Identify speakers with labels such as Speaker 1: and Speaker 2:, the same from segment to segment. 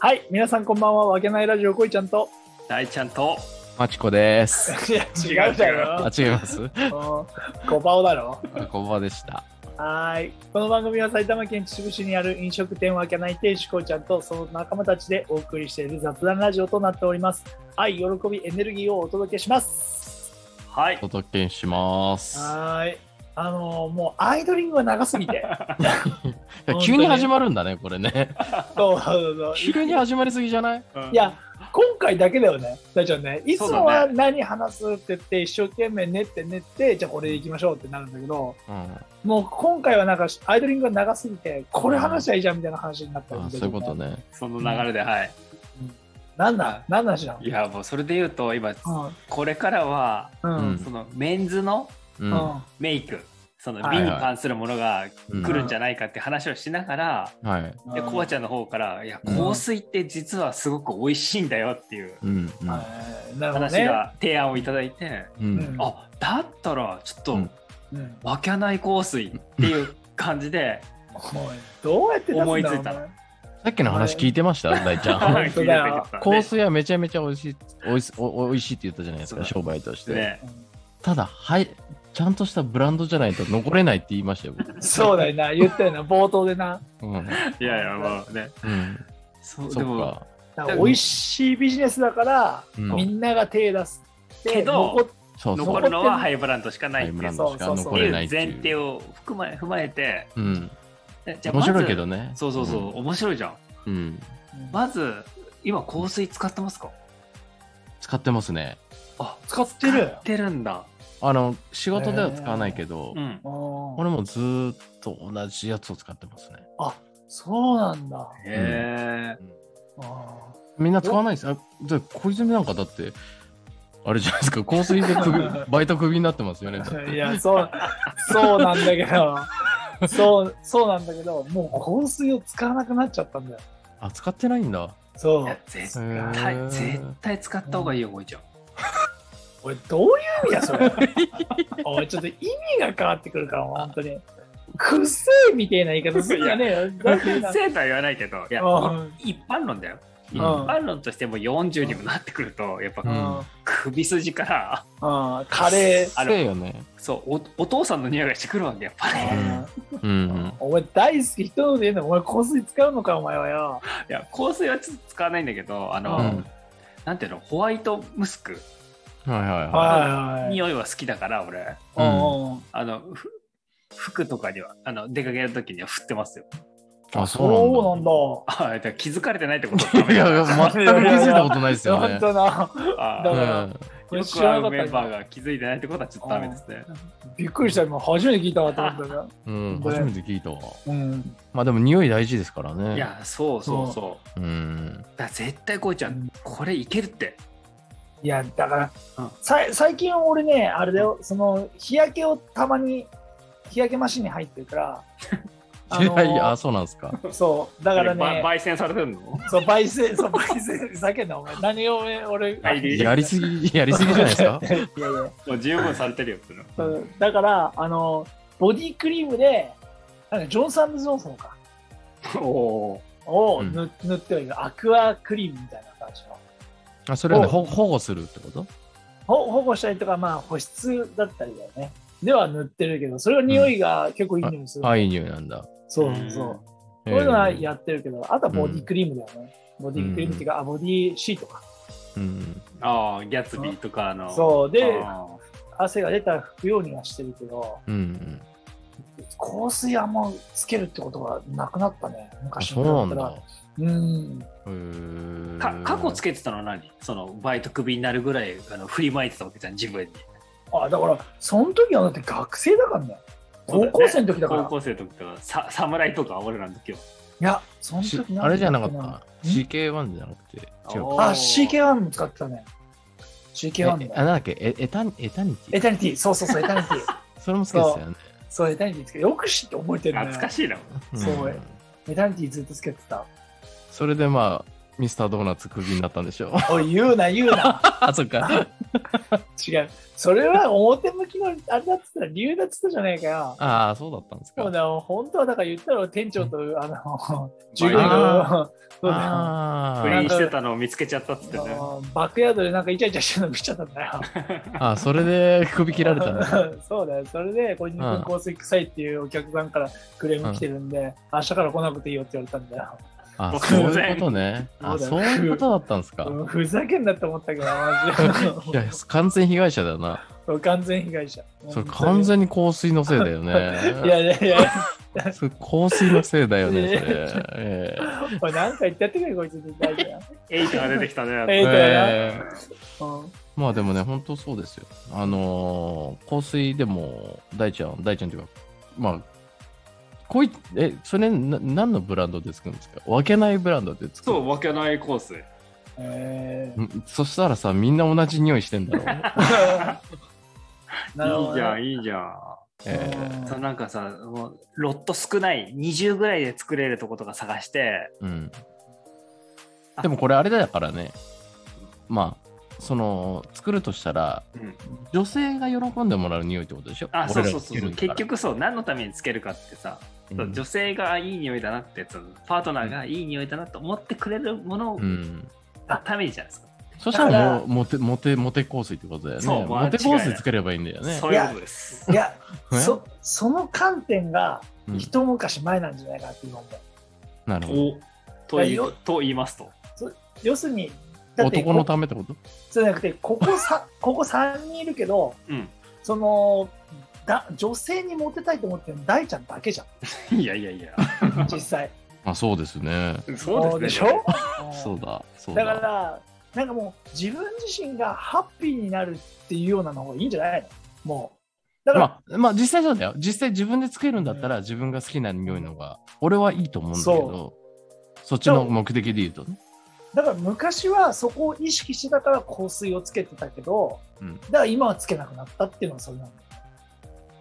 Speaker 1: はい、皆さんこんばんは。わけないラジオこいちゃんと。
Speaker 2: 大ちゃんと
Speaker 3: マチコ です。
Speaker 1: いや、違うだろ。
Speaker 3: あ、違います。
Speaker 1: うん小顔だろ。
Speaker 3: あこんばんはでした。
Speaker 1: はーい。この番組は埼玉県秩父市にある飲食店わけない亭主こいちゃんとその仲間たちでお送りしている雑談ラジオとなっております。愛、喜び、エネルギーをお届けします。
Speaker 2: はい
Speaker 3: お届けします。
Speaker 1: はーい。あのーもうアイドリングが長すぎて。
Speaker 3: いや急に始まるんだね、これね。
Speaker 1: そうそうそう
Speaker 3: 急に始まりすぎじゃない
Speaker 1: いや、今回だけだよね、大ちゃんね。いつもは
Speaker 2: そうだ
Speaker 1: 何話すって言って、一生懸命練って練って、じゃあこれ行きましょうってなるんだけど、
Speaker 3: うん。
Speaker 1: もう今回はなんかアイドリングが長すぎて、これ話しゃいいじゃんみたいな話になった
Speaker 3: あ
Speaker 1: ん
Speaker 3: そういうこと。ね。
Speaker 2: その流れではい
Speaker 1: なんだ何の話なの
Speaker 2: いやもうそれで言うと今
Speaker 1: う
Speaker 2: これからは
Speaker 1: ん。うん。
Speaker 2: そのメンズの
Speaker 3: うん。は
Speaker 1: う
Speaker 2: メイクその
Speaker 1: はい
Speaker 2: 美
Speaker 3: はい
Speaker 2: に関するものが来るんじゃないかって話をしながら、
Speaker 3: い。
Speaker 1: ん。
Speaker 2: でコバちゃんの方から「いや香水って実はすごく美味しいんだよ」っていう
Speaker 3: うん。うん
Speaker 1: はいなるほど
Speaker 2: 話
Speaker 1: ね。
Speaker 2: が提案をいただいて、
Speaker 3: うん。
Speaker 2: あだったらちょっと
Speaker 3: うん
Speaker 1: うん
Speaker 2: わけない香水っていう感じで
Speaker 1: もうどうやって出すんだろう
Speaker 2: 思いついた
Speaker 1: お前
Speaker 3: さっきの話聞いてました大 ちゃん。
Speaker 1: 本当だよ
Speaker 3: 香水はめちゃめちゃ美味しい、おいしおおいしいって言ったじゃないです
Speaker 2: そう
Speaker 3: か、
Speaker 2: だ
Speaker 3: 商売として。
Speaker 2: ね
Speaker 3: ただ、はい、ちゃんとしたブランドじゃないと残れないって言いましたよ、
Speaker 1: うんそうだよな、言ったよな、冒頭でな。
Speaker 3: 僕。うん。
Speaker 2: いやいやまあね
Speaker 3: うん。
Speaker 2: そう
Speaker 3: そ
Speaker 2: で
Speaker 3: っ
Speaker 2: も
Speaker 3: か。
Speaker 1: だから美味しいビジネスだから、
Speaker 3: うん
Speaker 1: みんなが手出すって。
Speaker 2: けど
Speaker 1: 残っ
Speaker 3: そうそう。
Speaker 2: 残るのはハイブランドしかな
Speaker 3: ハ
Speaker 2: い
Speaker 3: イ
Speaker 2: っ
Speaker 3: ブ
Speaker 2: てい
Speaker 3: ラ
Speaker 2: う
Speaker 3: ン
Speaker 2: そう
Speaker 3: ドしか残
Speaker 2: い
Speaker 3: れ
Speaker 2: う
Speaker 3: ないって
Speaker 2: 前
Speaker 3: い
Speaker 2: 提
Speaker 3: う。
Speaker 2: を含ま踏まえて
Speaker 3: うん。
Speaker 2: えじゃあ
Speaker 3: 面白いけ
Speaker 2: ま
Speaker 3: どね。
Speaker 2: ずそうそうそう、面白いじゃん
Speaker 3: うん。うん。
Speaker 2: まず今香水使ってますか
Speaker 3: 使ってますね。
Speaker 2: あ
Speaker 1: 使ってる
Speaker 2: 使ってるんだ
Speaker 3: あの仕事では使わないけど、
Speaker 2: うん
Speaker 1: うん
Speaker 3: 俺もずーっと同じやつを使ってますね。
Speaker 1: そうなんだ。
Speaker 2: へえ
Speaker 1: あ
Speaker 3: みんな使わないです。あで小泉なんかだってあれじゃないですか香水で首 バイトクビになってますよね。
Speaker 1: ーいや、そう、そうなんだけど、そう、そうなんだけど、もう香水を使わなくなっちゃったんだよ。
Speaker 3: あ使ってないんだ。
Speaker 1: そ
Speaker 2: いうや。絶
Speaker 3: へ
Speaker 2: 対
Speaker 3: ー
Speaker 2: 絶対使った方がいいよこいちゃん
Speaker 1: 俺、どういう意味や、それ。おい、ちょっと意味が変わってくるから、本当に。くっせえみたいな言い方するんじゃねえよ。だってな
Speaker 2: 生とは言わないけどいや
Speaker 1: うん
Speaker 2: 一般論だよ
Speaker 3: う
Speaker 2: 一
Speaker 3: ん
Speaker 2: 般論としても40にもなってくるとやっぱ
Speaker 1: うん
Speaker 3: うん
Speaker 2: 首筋から
Speaker 1: うんカレー。
Speaker 2: あ
Speaker 3: そう
Speaker 2: の
Speaker 3: よね。
Speaker 2: そうおお父さんの匂いがしてくるわけやっぱり
Speaker 3: んうん。
Speaker 1: お前大好き人ので言うのお前香水使うのかお前はよ。
Speaker 2: いや香水はちょっと使わないんだけどあの、
Speaker 3: うん。
Speaker 1: う
Speaker 3: はい
Speaker 1: ん
Speaker 2: なんていうのホワイトムスク
Speaker 3: はい
Speaker 1: は
Speaker 3: は
Speaker 1: いはいはい。
Speaker 2: 匂いは好きだから俺
Speaker 1: うんうん
Speaker 2: あのふ服とかにはあの出かける時には振ってますよ
Speaker 3: い。あそう
Speaker 1: そ
Speaker 3: な
Speaker 1: うんなん
Speaker 3: だ。
Speaker 1: だ。
Speaker 2: あだから気づかれてないってことだ
Speaker 3: いやいや全く気づいたことないですよ
Speaker 1: 本
Speaker 3: ね。
Speaker 1: 当な。
Speaker 2: あ
Speaker 1: だ
Speaker 3: う
Speaker 1: か
Speaker 2: ー
Speaker 1: ら
Speaker 3: ん
Speaker 2: よ
Speaker 1: 知
Speaker 2: く
Speaker 1: ら
Speaker 2: 会
Speaker 1: なかった
Speaker 2: うメ
Speaker 1: ん
Speaker 2: ン
Speaker 1: だ
Speaker 2: バーが気づいてないってことはちょっとダメですね
Speaker 1: びっくりした、今初めて聞いたわと思ったから。
Speaker 3: うん
Speaker 1: で
Speaker 3: 初めて聞いたわ。
Speaker 1: うん。
Speaker 3: まあでも匂い大事ですからね。
Speaker 2: いやそうそうそう
Speaker 3: うん。
Speaker 2: だから絶対こいちゃんこれいけるって
Speaker 1: いや、だから、
Speaker 2: うん
Speaker 1: さい最近俺ね、あれだよ、その、日焼けをたまに、日焼けマシンに入ってるから、
Speaker 3: いやいやあ
Speaker 1: そ
Speaker 3: そうなんですか。
Speaker 1: うそう、だから
Speaker 2: ば
Speaker 1: ね、
Speaker 2: 焙煎されてるの
Speaker 1: そう、焙煎、そう、焙煎、ふざけんな、お前。何を俺、俺、
Speaker 2: はいい
Speaker 3: やりすぎやりすぎじゃないですか。
Speaker 1: いやいや、
Speaker 2: もう十分され てるよっての
Speaker 1: そうだから、あの、ボディクリームで、なんか、ジョンサンズ・ジョンソンか、
Speaker 2: おお
Speaker 1: を
Speaker 3: うん
Speaker 1: 塗,、塗ってはいる、アクアクリームみたいな感じの。
Speaker 3: あそれはねほ保護するってこと？
Speaker 1: ほ保護したりとか、まあ、保湿だったりだよね。では塗ってるけど、それは匂いが結構いい匂いする。
Speaker 3: あいい匂いなんだ。
Speaker 1: そうそうそう。
Speaker 3: え
Speaker 1: こういうのはやってるけど、あとはボディクリームだよね。ボディクリームっていうか、あボディシートか。
Speaker 3: うん
Speaker 2: ああギャツビーとかあの
Speaker 1: そう。で、
Speaker 2: あー
Speaker 1: 汗が出たら拭くようにはしてるけど、
Speaker 3: うんうん、
Speaker 1: 香水あんまつけるってことがなくなったね。
Speaker 3: あ
Speaker 1: 昔
Speaker 3: そ
Speaker 1: に
Speaker 3: う
Speaker 1: 比べ
Speaker 3: なん
Speaker 1: た
Speaker 3: だ
Speaker 1: ら。。うん。
Speaker 3: へー
Speaker 2: か過去つけてたのは何そのバイトクビになるぐらいあの振りまいてたわけじゃん自分に
Speaker 1: あ、だから、その時はだって学生だからね。
Speaker 2: そうだ
Speaker 1: 高
Speaker 2: ね
Speaker 1: 校生の時だから。
Speaker 2: 高校生の時とかさ侍とか俺らの時はい
Speaker 1: や、その
Speaker 3: し
Speaker 1: 時
Speaker 3: あれじゃなかった
Speaker 1: ん
Speaker 3: CK1 じゃなくて違うか
Speaker 1: あ、CK1 も使ってたね。
Speaker 3: え
Speaker 1: CK1
Speaker 3: あなん
Speaker 1: だ。
Speaker 3: だっけえエタニエタニテ
Speaker 1: エ
Speaker 3: ィ
Speaker 1: タニティ、そうそうそう、エタニティ。
Speaker 3: それも好きでしたよね
Speaker 1: そう、エタニティつけよく知って覚えてるね。
Speaker 2: 懐かしいな
Speaker 1: そうそう
Speaker 3: うん
Speaker 1: エタニティずっとつけてた。
Speaker 3: それでまあミスタードーナツクビになったんでし ょ
Speaker 1: おい、言うな、言うな。
Speaker 3: あ、そっか。
Speaker 1: 違う。それは表向きの、あれだっつったら、理由だっつったじゃねえかよ。
Speaker 3: ああ、そうだったんです
Speaker 1: でも
Speaker 3: か。
Speaker 1: ね、本当はだから言ったら店長と、あの、従業員
Speaker 3: あ
Speaker 1: の、そうだ よ
Speaker 3: あ
Speaker 2: 不
Speaker 3: ー
Speaker 2: 倫してたのを見つけちゃったっつって
Speaker 1: あ
Speaker 2: ね。
Speaker 1: のバックヤードでなんかイチャイチャしてるの見ちゃったんだよ。
Speaker 3: あー、それで首切られたんだ。
Speaker 1: そうだよ。それで、小泉
Speaker 3: うん
Speaker 1: 君香水臭いっていうお客さんからクレーム来てるんで、明日から来なくていいよって言われたんだよ。
Speaker 3: あ、そういうことね。あ、
Speaker 1: そ
Speaker 3: そうう
Speaker 1: だよ
Speaker 3: いうことだったんですか。
Speaker 1: うんふざけんなって思ったけど、マジ
Speaker 3: いや、完全被害者だよな。
Speaker 1: で。完全被害者。
Speaker 3: それ完全に香水のせいだよ
Speaker 1: いや
Speaker 3: ね。
Speaker 1: いやいや、
Speaker 3: それ香水のせいだよね、そ
Speaker 1: ね。
Speaker 3: れええ
Speaker 1: おいなんか言ってやってくれ、こいつ絶対じゃん。
Speaker 2: エイトが出てきた
Speaker 1: え
Speaker 2: ね。
Speaker 1: えだよ
Speaker 3: ええ
Speaker 1: うん
Speaker 3: まあでもね、本当そうですよ。あのー香水でも、大ちゃん、大ちゃんというか、まあ、こいえ、それな、何のブランドで作るんですか分けないブランドで作
Speaker 2: そ
Speaker 3: る
Speaker 2: う、わけないコース。い
Speaker 1: え
Speaker 3: んそしたらさ、みんな同じ匂いしてんだろう。
Speaker 1: ーなるほど
Speaker 2: いじゃ
Speaker 1: ね
Speaker 2: ん、いいじゃん。
Speaker 3: ええ
Speaker 1: うん
Speaker 2: そうなんかさ、もうロット少ない、20ぐらいで作れるとことか探して、
Speaker 3: うん。でもこれあれだからね、まあ、その、作るとしたら、
Speaker 2: うん
Speaker 3: 女性が喜んでもらう匂いってことでしょ
Speaker 2: あ、そうそうそうそう。結、
Speaker 3: 俺らがつけるんだか
Speaker 2: 局そう、何のためにつけるかってさ、
Speaker 3: ら
Speaker 2: そう女性があいい匂いだなってやつ、パートナーがいい匂いだなと思ってくれるもの
Speaker 3: うん。うん
Speaker 2: のためにじゃないですか。
Speaker 3: そしたら
Speaker 1: だ
Speaker 3: もうモテモテモテ香水ってことだよね。
Speaker 2: そう
Speaker 3: モ
Speaker 2: 間違
Speaker 3: テ香
Speaker 2: いない
Speaker 3: 水つければいいんだよね。
Speaker 2: そういうことです。
Speaker 1: いや、
Speaker 3: ね
Speaker 1: そその観点が
Speaker 3: うん
Speaker 1: 一昔前なんじゃないかなって今思う。
Speaker 3: なるほど。
Speaker 2: おと言いと言いますと。
Speaker 1: 要するに、だって
Speaker 3: 男の
Speaker 1: こ
Speaker 3: ためってこと
Speaker 1: じゃなくて、ここさ ここ3人いるけど、
Speaker 2: うん。
Speaker 1: そのだ女性にモテたいと思ってるの大ちゃんだけじゃ
Speaker 2: いやいや いや。
Speaker 1: ん、実際。
Speaker 3: あ、そうですね。
Speaker 2: そう
Speaker 1: で
Speaker 2: で
Speaker 1: し
Speaker 2: す
Speaker 1: ょ
Speaker 2: ね。
Speaker 1: うん
Speaker 3: そうだ。そう
Speaker 1: だか
Speaker 3: だ。
Speaker 1: ら、なんかもう自分自身がハッピーになるっていうようなのがいいんじゃないのもう。だから、
Speaker 3: まあ、まあ、実際そうだよ。実際自分でつけるんだったら自分が好きな匂いのが、俺はいいと思うんだけど、そっちの目的で言うとね。
Speaker 1: だから昔はそこを意識してたから香水をつけてたけど、
Speaker 3: うん
Speaker 1: だから今はつけなくなったっていうのはそれなんだよ。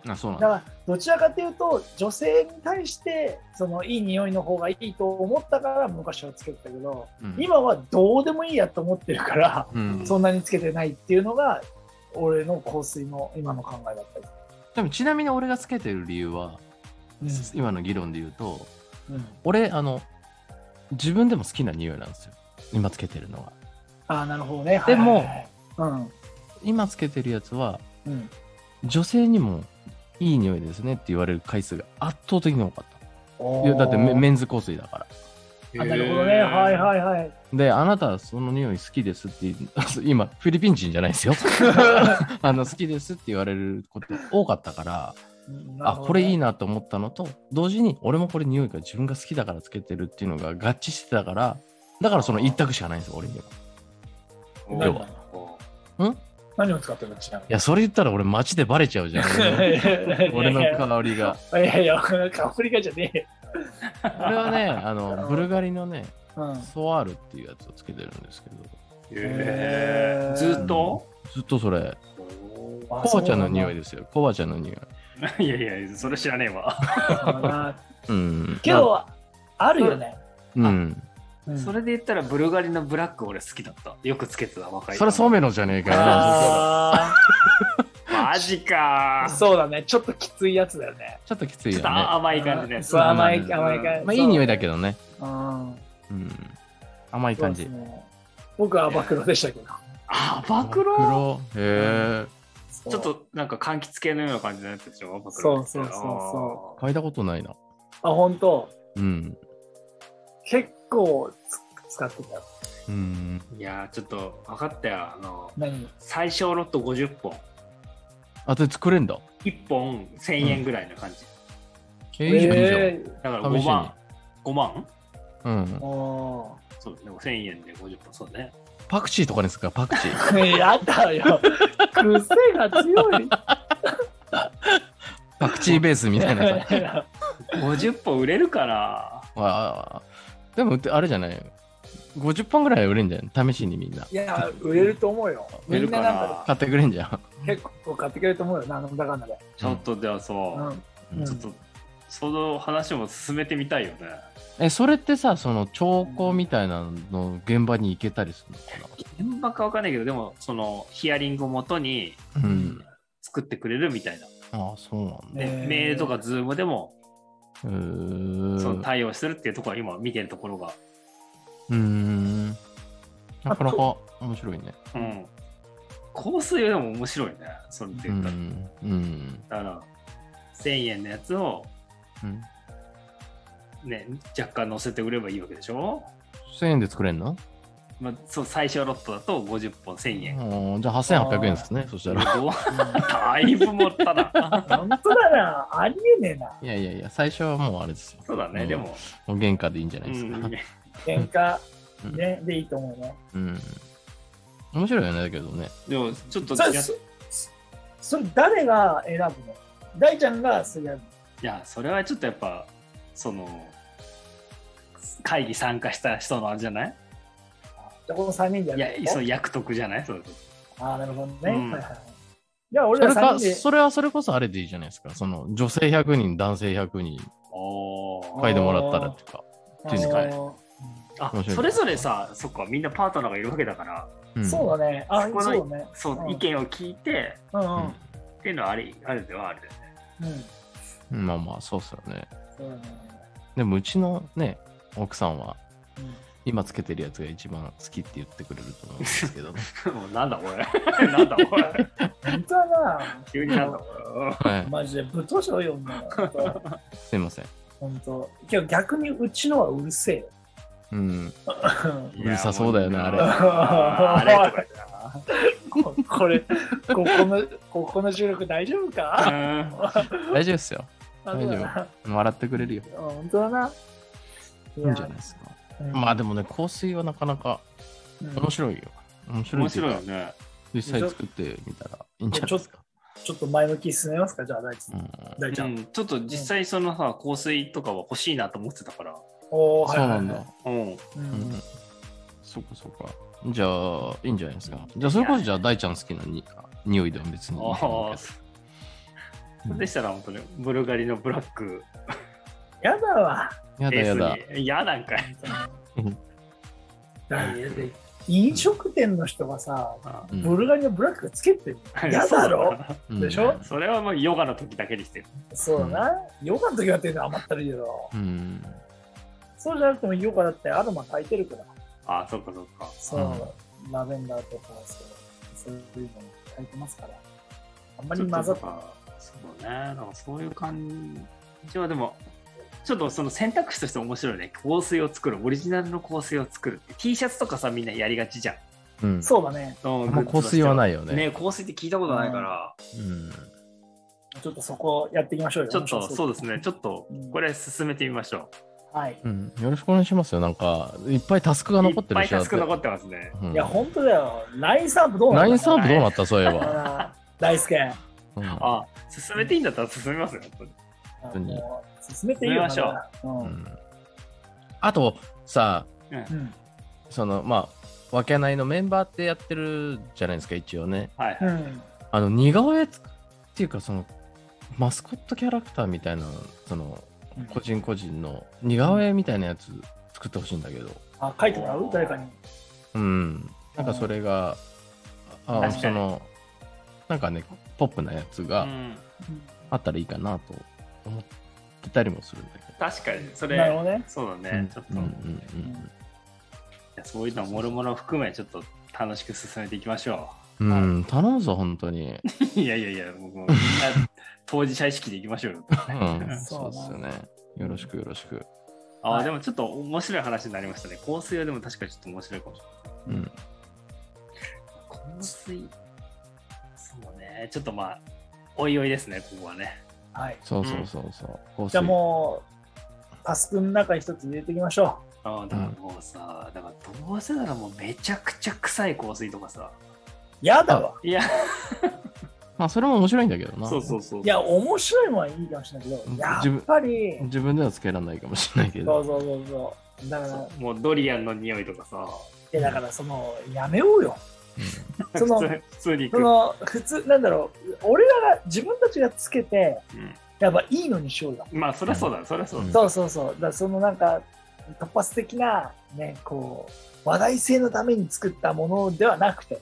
Speaker 3: あ、そうなん
Speaker 1: だ
Speaker 3: だ。
Speaker 1: からどちらかというと女性に対してそのいい匂いの方がいいと思ったから昔はつけてたけど、
Speaker 3: うん
Speaker 1: 今はどうでもいいやと思ってるから、
Speaker 3: うん
Speaker 1: そんなにつけてないっていうのが俺の香水の今の考えだったり。
Speaker 3: でもちなみに俺がつけてる理由は、今の議論で言うと、
Speaker 1: うん
Speaker 3: 俺、あの、自分でも好きな匂いなんですよ。今つけてるのは。
Speaker 1: ああなるほどね。
Speaker 3: でも
Speaker 1: はいはいはい
Speaker 3: 今つけてるやつは、
Speaker 1: うんうん、
Speaker 3: 女性にもいい匂いですねって言われる回数が圧倒的に多かっ
Speaker 1: おー
Speaker 3: た。いやだってメメンズ香水だから。
Speaker 1: あなるほどね。はい
Speaker 2: い。
Speaker 1: はいはい。
Speaker 3: で、あなたはその匂い好きですって、 今、フィリピン人じゃない ですよ。あの好きですって言われること多かったから、あ、これいい
Speaker 1: な
Speaker 3: なと思ったのと、同時に俺もこれ匂いが自分が好きだからつけてるっていうのが合致してたから、だからその一択しかないんですよ、俺には。い
Speaker 1: るほ
Speaker 3: 要
Speaker 1: ど
Speaker 3: は
Speaker 1: ね。何を使ってるのちなみに
Speaker 3: や、それ言ったら俺街でバレちゃうじゃん。 俺の香りが。
Speaker 1: いやいや、アフリカじゃねえよ。
Speaker 3: 俺はね、あの、ブルガリのね、
Speaker 1: うん
Speaker 3: ソワールっていうやつをつけてるんですけど、
Speaker 2: へーずっと
Speaker 3: ずっとそれ、
Speaker 1: あ
Speaker 3: コバちゃんの匂い
Speaker 1: そ
Speaker 3: ですよ。コバちゃんの匂い。
Speaker 2: いやいや、それ知らねえわ。
Speaker 1: うなんだな
Speaker 3: うん。
Speaker 1: けど、あるよね。
Speaker 3: うん。
Speaker 1: うん
Speaker 2: それで言ったらブルガリのブラック俺好きだった。よくつけてた若い。
Speaker 3: それそうめんのじゃねえかよ。
Speaker 1: あ
Speaker 2: マジ
Speaker 1: ー
Speaker 2: かー。
Speaker 1: そうだね。ちょっときついやつだよね。
Speaker 3: ちょっときつい
Speaker 2: ちょ
Speaker 3: よ
Speaker 2: っ
Speaker 3: ね。
Speaker 2: と甘い感じね。
Speaker 1: そう、甘い、
Speaker 3: うん
Speaker 1: 甘い感じ。
Speaker 3: まあ、いい匂いだけどね。
Speaker 1: ど。うん。
Speaker 3: うん。甘い
Speaker 1: そう
Speaker 3: 感
Speaker 1: です
Speaker 3: じ。
Speaker 1: ね。僕は暴露でしたけど。
Speaker 2: あ、暴露
Speaker 3: 黒へえ。
Speaker 2: ちょっとなんか柑橘系のような感じのやつでしょ暴露
Speaker 1: そうそうそうそ
Speaker 3: 嗅いだことないな。
Speaker 1: あ、本当
Speaker 3: うん。
Speaker 1: 結構つ使ってたよ。
Speaker 3: うん。
Speaker 2: あーいやーちょっと分かったよ。あの、
Speaker 1: 何
Speaker 2: 最小ロット50本。
Speaker 3: あ、で作れんだ。
Speaker 2: 1本1000円ぐらいな感じ。
Speaker 3: えー、いいじゃんいいじゃん。
Speaker 1: え
Speaker 2: だから
Speaker 3: 試
Speaker 2: 5
Speaker 3: しに
Speaker 2: 万。5万
Speaker 3: うん
Speaker 1: ー、。も
Speaker 2: そうでも1000円で50本。そうね。
Speaker 3: パクチーとかですか、パクチー。
Speaker 1: う、やだよ。癖が強い。
Speaker 3: パクチーベースみた いな さ。
Speaker 2: 50本売れるから。
Speaker 3: わあ。でも、あれじゃない。50本ぐらい売れんじゃん。試しにみんな。
Speaker 1: いや、売れると思うよ。
Speaker 2: 売れ
Speaker 1: み
Speaker 2: る
Speaker 1: ん
Speaker 2: か
Speaker 1: ななんか
Speaker 2: ら。
Speaker 3: 買ってくれんじゃん。
Speaker 1: 結構買ってくれると思うよ。なんだかんだで。
Speaker 2: ちょっとじゃあそうう、
Speaker 1: ん。うん
Speaker 2: ちょっとその話も進めてみたいよね。
Speaker 3: え、それってさ、その兆候みたいなの現場に行けたりするんですか
Speaker 2: 現場かわかんないけど、でも、その、ヒアリングをもとに
Speaker 3: うん。
Speaker 2: 作ってくれるみたいな。
Speaker 3: ああ、そうなんだ。
Speaker 2: で、
Speaker 1: へー
Speaker 2: メールとかズームでも、
Speaker 3: うーん
Speaker 2: その対応するっていうところは今見てるところが、
Speaker 3: うーん。なかなか面白いね。
Speaker 2: うん。香水はでも面白いね、それって
Speaker 3: う
Speaker 2: 言ったら。
Speaker 3: ん。うん。
Speaker 2: だから、1000円のやつを、
Speaker 3: うん
Speaker 2: ね、若干乗せて売ればいいわけでしょ、
Speaker 3: 1000円で作れんの
Speaker 2: まあ、そう最小ロットだと50本1000円。
Speaker 3: うんじゃあ8800円ですね、そしたら。
Speaker 2: だいぶ持った な。
Speaker 1: 本当だな。ありえねえな。
Speaker 3: いやいやいや、最初はもうあれですよ。
Speaker 2: そうだね、
Speaker 3: ん
Speaker 2: で。も、
Speaker 3: もう原価でいいんじゃな
Speaker 2: う
Speaker 3: いですか
Speaker 2: ん。、
Speaker 1: 喧嘩
Speaker 3: うん
Speaker 1: ね、でいいと思うね。
Speaker 3: うん。面白いよね、だけどね。
Speaker 2: でもちょっと
Speaker 1: それ
Speaker 2: や、い
Speaker 1: そそれ誰が選ぶの大ちゃんがそれやる
Speaker 2: や、それはちょっとやっぱ、その、会議参加した人のあれじゃない
Speaker 1: のこの3人で
Speaker 2: い
Speaker 1: や
Speaker 2: や
Speaker 1: る、
Speaker 2: そう、
Speaker 1: の
Speaker 2: 役得じゃないそれ
Speaker 1: ああ、なるほどね。
Speaker 2: うん
Speaker 1: はいはいはいじゃあ
Speaker 3: そ
Speaker 1: 俺
Speaker 3: れ
Speaker 1: ら3
Speaker 3: か、
Speaker 1: 人で
Speaker 3: それはそれこそあれでいいじゃないですか。その女性100人、男性100人、
Speaker 2: おー
Speaker 3: 書いてもらったらっていうか。
Speaker 1: あ
Speaker 3: 手
Speaker 2: 塚へ
Speaker 1: の
Speaker 2: あ
Speaker 3: 面白い
Speaker 2: それぞれさ、そっか、みんなパートナーがいるわけだから、
Speaker 3: うん
Speaker 1: そうだね。あ、
Speaker 2: そ
Speaker 1: そ
Speaker 2: この
Speaker 1: うだね。
Speaker 2: そううん意見を聞いて、
Speaker 1: うんう。
Speaker 3: うんん
Speaker 2: っていうのはあれあるではあるだよね。
Speaker 1: うん。
Speaker 3: うん。まあまあ、そうっすよね。
Speaker 1: そうだね。
Speaker 3: でも、うちのね、奥さんは、
Speaker 1: うん
Speaker 3: 今つけてるやつが一番好きって言ってくれると思うんですけどね。
Speaker 2: もう なんだこれなんだこれ
Speaker 1: 本当だな。
Speaker 2: 急になんだこれ
Speaker 3: はい。
Speaker 1: マジでぶっ通し多いよ、女は。
Speaker 3: すいません。
Speaker 1: 本当。今日逆にうちのはうるせえよ。
Speaker 3: うん。
Speaker 1: うん
Speaker 3: うるさそうだよねあれ
Speaker 2: あれとかじゃ
Speaker 1: ここれ、ここの、ここの収録大丈夫か
Speaker 2: な
Speaker 3: 大丈夫ですよ。
Speaker 1: あそうだな
Speaker 3: 笑ってくれるよ。
Speaker 1: あ本当だな。い
Speaker 3: いいんじゃないですか。まあでもね、香水はなかなか
Speaker 1: うん
Speaker 3: 面白いよ。面
Speaker 2: うん
Speaker 3: 白い
Speaker 2: 面
Speaker 3: っていう
Speaker 2: 白い
Speaker 3: か
Speaker 2: よね。
Speaker 3: 実際作ってみたらいいんじゃないですか。
Speaker 1: ちょっと前向きに進めますかじゃあ大地
Speaker 3: うん、
Speaker 1: 大ち
Speaker 2: う
Speaker 1: ゃん。
Speaker 2: ん、ちょっと実際そのさ香水とかは欲しいなと思ってたから、
Speaker 1: おお、
Speaker 3: そう
Speaker 1: はいはいはい
Speaker 3: なんだ。
Speaker 2: うん、
Speaker 1: う
Speaker 3: うんん。そっかそっか。じゃあ、いいんじゃないですか。じゃあ、それこそじゃあ、大ちゃん好きなに匂いでも別にいいと思う
Speaker 2: ああ
Speaker 3: け
Speaker 2: それでしたら本当にブルガリのブラック
Speaker 1: やだわ。
Speaker 3: ど。やだやだ。
Speaker 2: S に嫌なんかい
Speaker 3: うん
Speaker 1: だって飲食店の人がさ、
Speaker 3: う
Speaker 1: ブ
Speaker 3: ん
Speaker 1: ルガリのブラックつけてる。嫌だろ
Speaker 3: うん
Speaker 1: でしょ
Speaker 2: それはもうヨガの時だけにしてる
Speaker 1: そうだな。ヨガの時はっていうのは甘ったるいけど、
Speaker 3: うん。
Speaker 1: そうじゃなくてもヨガだってアロマ炊いてるから。
Speaker 2: ああそっかそっか
Speaker 1: そう、ラベンダーとかそう、そういうの炊いてますから。あんまり混ざっ
Speaker 2: ちょとなんかそうねなんかそういう感じはでもちょっとその選択肢として面白いね香水を作るオリジナルの香水を作るって T シャツとかさみんなやりがちじゃん
Speaker 3: うん。
Speaker 1: そうだね。
Speaker 2: あ
Speaker 3: んま香水はないよね
Speaker 2: ね香水って聞いたことないから、
Speaker 3: うん。
Speaker 1: ちょっとそこやっていきましょうよ。
Speaker 2: ちょっとそうです ね、ちょっと
Speaker 1: うん
Speaker 2: これ進めてみましょ
Speaker 1: はい。
Speaker 3: うん。よろしくお願いしますよ。なんか、いっぱいタスクが
Speaker 2: う。
Speaker 3: 残ってる
Speaker 2: いっぱい
Speaker 3: し。だ
Speaker 2: タ
Speaker 3: っ
Speaker 2: ス
Speaker 3: て
Speaker 2: ク残ってますね。
Speaker 3: うん
Speaker 1: いや、本当だよ。ラインサーブどうな
Speaker 3: ライ
Speaker 1: の
Speaker 3: ンサーブどうなったそうい えば。
Speaker 1: あー大輔。
Speaker 3: うん
Speaker 2: あ、進めていいんだったら進めますよ。
Speaker 1: あ
Speaker 3: 当に
Speaker 1: もう進めていいよ。
Speaker 2: 進め
Speaker 1: う。
Speaker 3: うんんあとさ、
Speaker 1: うん。
Speaker 3: そのまあ、わけないのメンバーってやってるじゃないですか、一応ね。
Speaker 2: はい、
Speaker 1: う
Speaker 2: はい。
Speaker 1: ん。
Speaker 3: あの似顔絵っていうか、そのマスコットキャラクターみたいな、その個人個人の似顔絵みたいなやつ作ってほしいんだけど、
Speaker 1: あ、書いてもらう誰かに。
Speaker 3: うん、なんかそれが、
Speaker 2: 確か
Speaker 3: あ
Speaker 2: に
Speaker 3: そのなんかね、ポップなやつ
Speaker 2: う
Speaker 3: が
Speaker 2: ん
Speaker 1: うん
Speaker 3: あったらいいかなと思ってたりもするんだけど。
Speaker 2: 確かに、そ
Speaker 1: なるほ
Speaker 2: れ、
Speaker 1: どね。
Speaker 2: そうだ
Speaker 3: う
Speaker 2: ね
Speaker 3: ん、
Speaker 2: ちょっ
Speaker 3: うん
Speaker 2: と
Speaker 3: うんう、ん
Speaker 2: いやそういうのもろもろ含め、ちょっと楽しく進めていきましょ
Speaker 3: うん、頼むぞ、本当に。
Speaker 2: う。いやいやいや、僕もうみんな当事者意識でいきましょうよ。
Speaker 3: うん、
Speaker 1: そう
Speaker 3: そ
Speaker 1: な
Speaker 3: うですよね。よろしくよろしく。
Speaker 2: あ
Speaker 1: は
Speaker 2: あ、
Speaker 1: い
Speaker 2: でもちょっと面白い話になりましたね。香水はでも確かにちょっと面白いかもしれない。
Speaker 3: うん、
Speaker 2: 香水、そうね、ちょっとまあ、おいおいですね、ここはね。
Speaker 1: はい。
Speaker 3: そうそうそうそう。香水
Speaker 1: じゃあもう、タスクの中に一つ入れていきましょ
Speaker 2: ああだからもうさ、だからどうせならもうめちゃくちゃ臭い香水とかさ。
Speaker 1: う。やだわ。
Speaker 2: いや、
Speaker 3: まあそれも面白いんだけどな。
Speaker 2: そうそうそう。
Speaker 1: いや、面白いもんはいいかもしれないけど
Speaker 3: うん、
Speaker 1: や
Speaker 3: 自分
Speaker 1: っぱり、
Speaker 3: 自分ではつけられないかもしれないけ
Speaker 1: そう
Speaker 3: ど。
Speaker 1: そうそうそう。だから、
Speaker 2: もうドリアンの匂いとかさ。
Speaker 1: えだからその、やめようよ。その
Speaker 2: 普通普通に行
Speaker 1: そ
Speaker 2: く。
Speaker 1: の、普通、なんだろう、俺らが、自分たちがつけて、
Speaker 2: うん
Speaker 1: やっぱいいのにしようよ。
Speaker 2: まあ、そりゃそうだ、そりゃそうだ。
Speaker 1: そうそうそう。だからそのなんか、突発的な、ね、こう、話題性のために作ったものではなくて、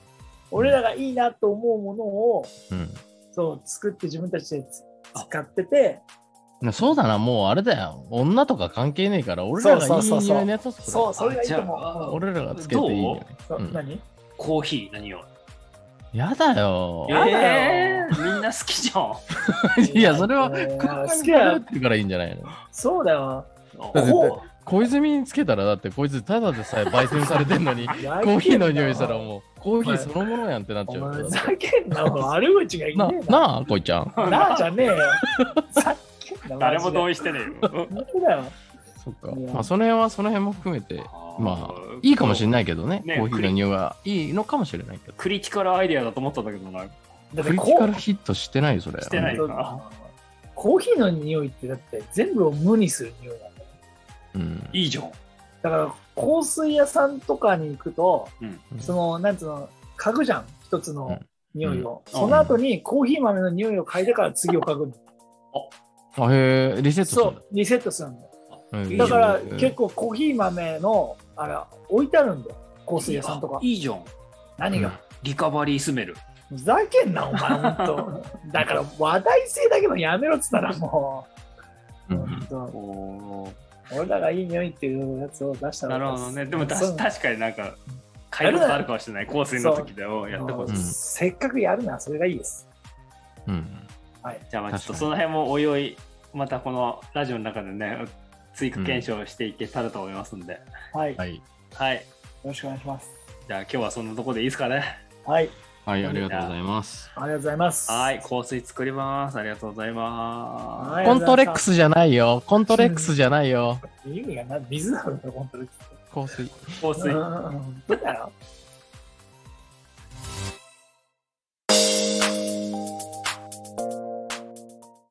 Speaker 1: 俺らがいいなと思うものを、
Speaker 3: うん
Speaker 1: そう、作って自分たちでつ使ってて、
Speaker 3: ねそうだな、もうあれだよ。女とか関係ねえから、俺ら
Speaker 1: そ
Speaker 3: が
Speaker 1: う
Speaker 3: いい
Speaker 1: そうそうそう
Speaker 3: 匂いのやつを作
Speaker 1: そう、
Speaker 3: ろ
Speaker 1: それがいいと思う
Speaker 2: あじゃあ
Speaker 1: うん。
Speaker 3: 俺らがつけていいよね。
Speaker 1: そう
Speaker 3: うん
Speaker 1: 何
Speaker 2: コーヒー何を
Speaker 3: やだよ。
Speaker 1: やだよ
Speaker 2: えーみんな好きじゃん
Speaker 3: いや、それは、
Speaker 1: いや
Speaker 3: 空間
Speaker 1: 好
Speaker 3: に
Speaker 1: きだよ
Speaker 3: 漂ってるからいいんじゃないの
Speaker 1: そうだよ。
Speaker 3: だって
Speaker 2: こ
Speaker 3: 小泉につけたら、だってこいつただでさえ焙煎されてんの に、
Speaker 1: コ
Speaker 3: コーヒーの匂いしたらもう、コーヒーそのものやんってなっ
Speaker 1: お
Speaker 3: ちゃう
Speaker 1: 前
Speaker 3: か ら
Speaker 1: ふ。ざけんな、お前悪口がいね
Speaker 3: な
Speaker 1: え、な。
Speaker 3: なあ、こいちゃ ん。
Speaker 2: な
Speaker 1: なあじゃねえよ。ふざけんな、
Speaker 2: う誰も
Speaker 1: う
Speaker 2: 同意してねえよ
Speaker 1: だよ。
Speaker 3: そっか。
Speaker 1: いや
Speaker 3: まあ、その辺はその辺も含めて、 まあ
Speaker 2: ー、
Speaker 3: いいかもしれないけどね。
Speaker 2: ね
Speaker 3: コーヒーの匂いがいいのかもしれないけど。
Speaker 2: クリティカルアイデアだと思ったんだけどな
Speaker 1: だって
Speaker 3: クリティカルヒットしてないよ、それ。
Speaker 2: してない
Speaker 1: そうだコーヒーの匂いってだって全部を無にする匂いなんだよ。
Speaker 3: うん。
Speaker 2: いいじゃん
Speaker 1: だから香水屋さんとかに行くと、
Speaker 2: うん
Speaker 1: そのなんつうの嗅ぐじゃん一つの匂いを、
Speaker 2: ん
Speaker 1: その後にコーヒー豆の匂いを嗅いでから次を嗅ぐの、
Speaker 3: あ、へえ、リセットする
Speaker 1: そ
Speaker 3: んだ
Speaker 1: うリセットするんだよ
Speaker 3: うん
Speaker 1: だから
Speaker 3: うん
Speaker 1: 結構コーヒー豆のあれ置いてあるんだよ香水屋さんとか
Speaker 2: いいじゃん
Speaker 1: 何が、
Speaker 2: リカバリースメル
Speaker 1: ふざけんなお前 本当だから話題性だけはやめろっつったらもう、
Speaker 3: うん
Speaker 1: ほんと
Speaker 2: おー
Speaker 1: 俺らがいい匂いっていうやつを出した
Speaker 2: な
Speaker 1: ら
Speaker 2: るほどねでもだ
Speaker 1: そう
Speaker 2: し確かになんか買い物あるかもしれない香水の時でよやったこと
Speaker 3: うん
Speaker 1: せっかくやるならそれがいいです
Speaker 3: うん。
Speaker 2: じゃあまあちょっと
Speaker 3: 確かに
Speaker 2: その辺もおいおいまたこのラジオの中でね追加検証していけたらと思いますんで、
Speaker 1: はい、よ
Speaker 3: はい。
Speaker 2: はい
Speaker 1: ろしくお願いします
Speaker 2: じゃあ今日はそんなとこでいいですかね
Speaker 1: はい
Speaker 3: はい、ありがとうございます。
Speaker 1: ありがとうございます
Speaker 2: はい香水作りますありがとうございます、
Speaker 1: はい
Speaker 3: コントレックスじゃないよ。コントレックスじゃないよ。
Speaker 1: 意味がな水なのよ本当に
Speaker 3: 香水。
Speaker 2: 香水
Speaker 1: うんうんうんどうだろう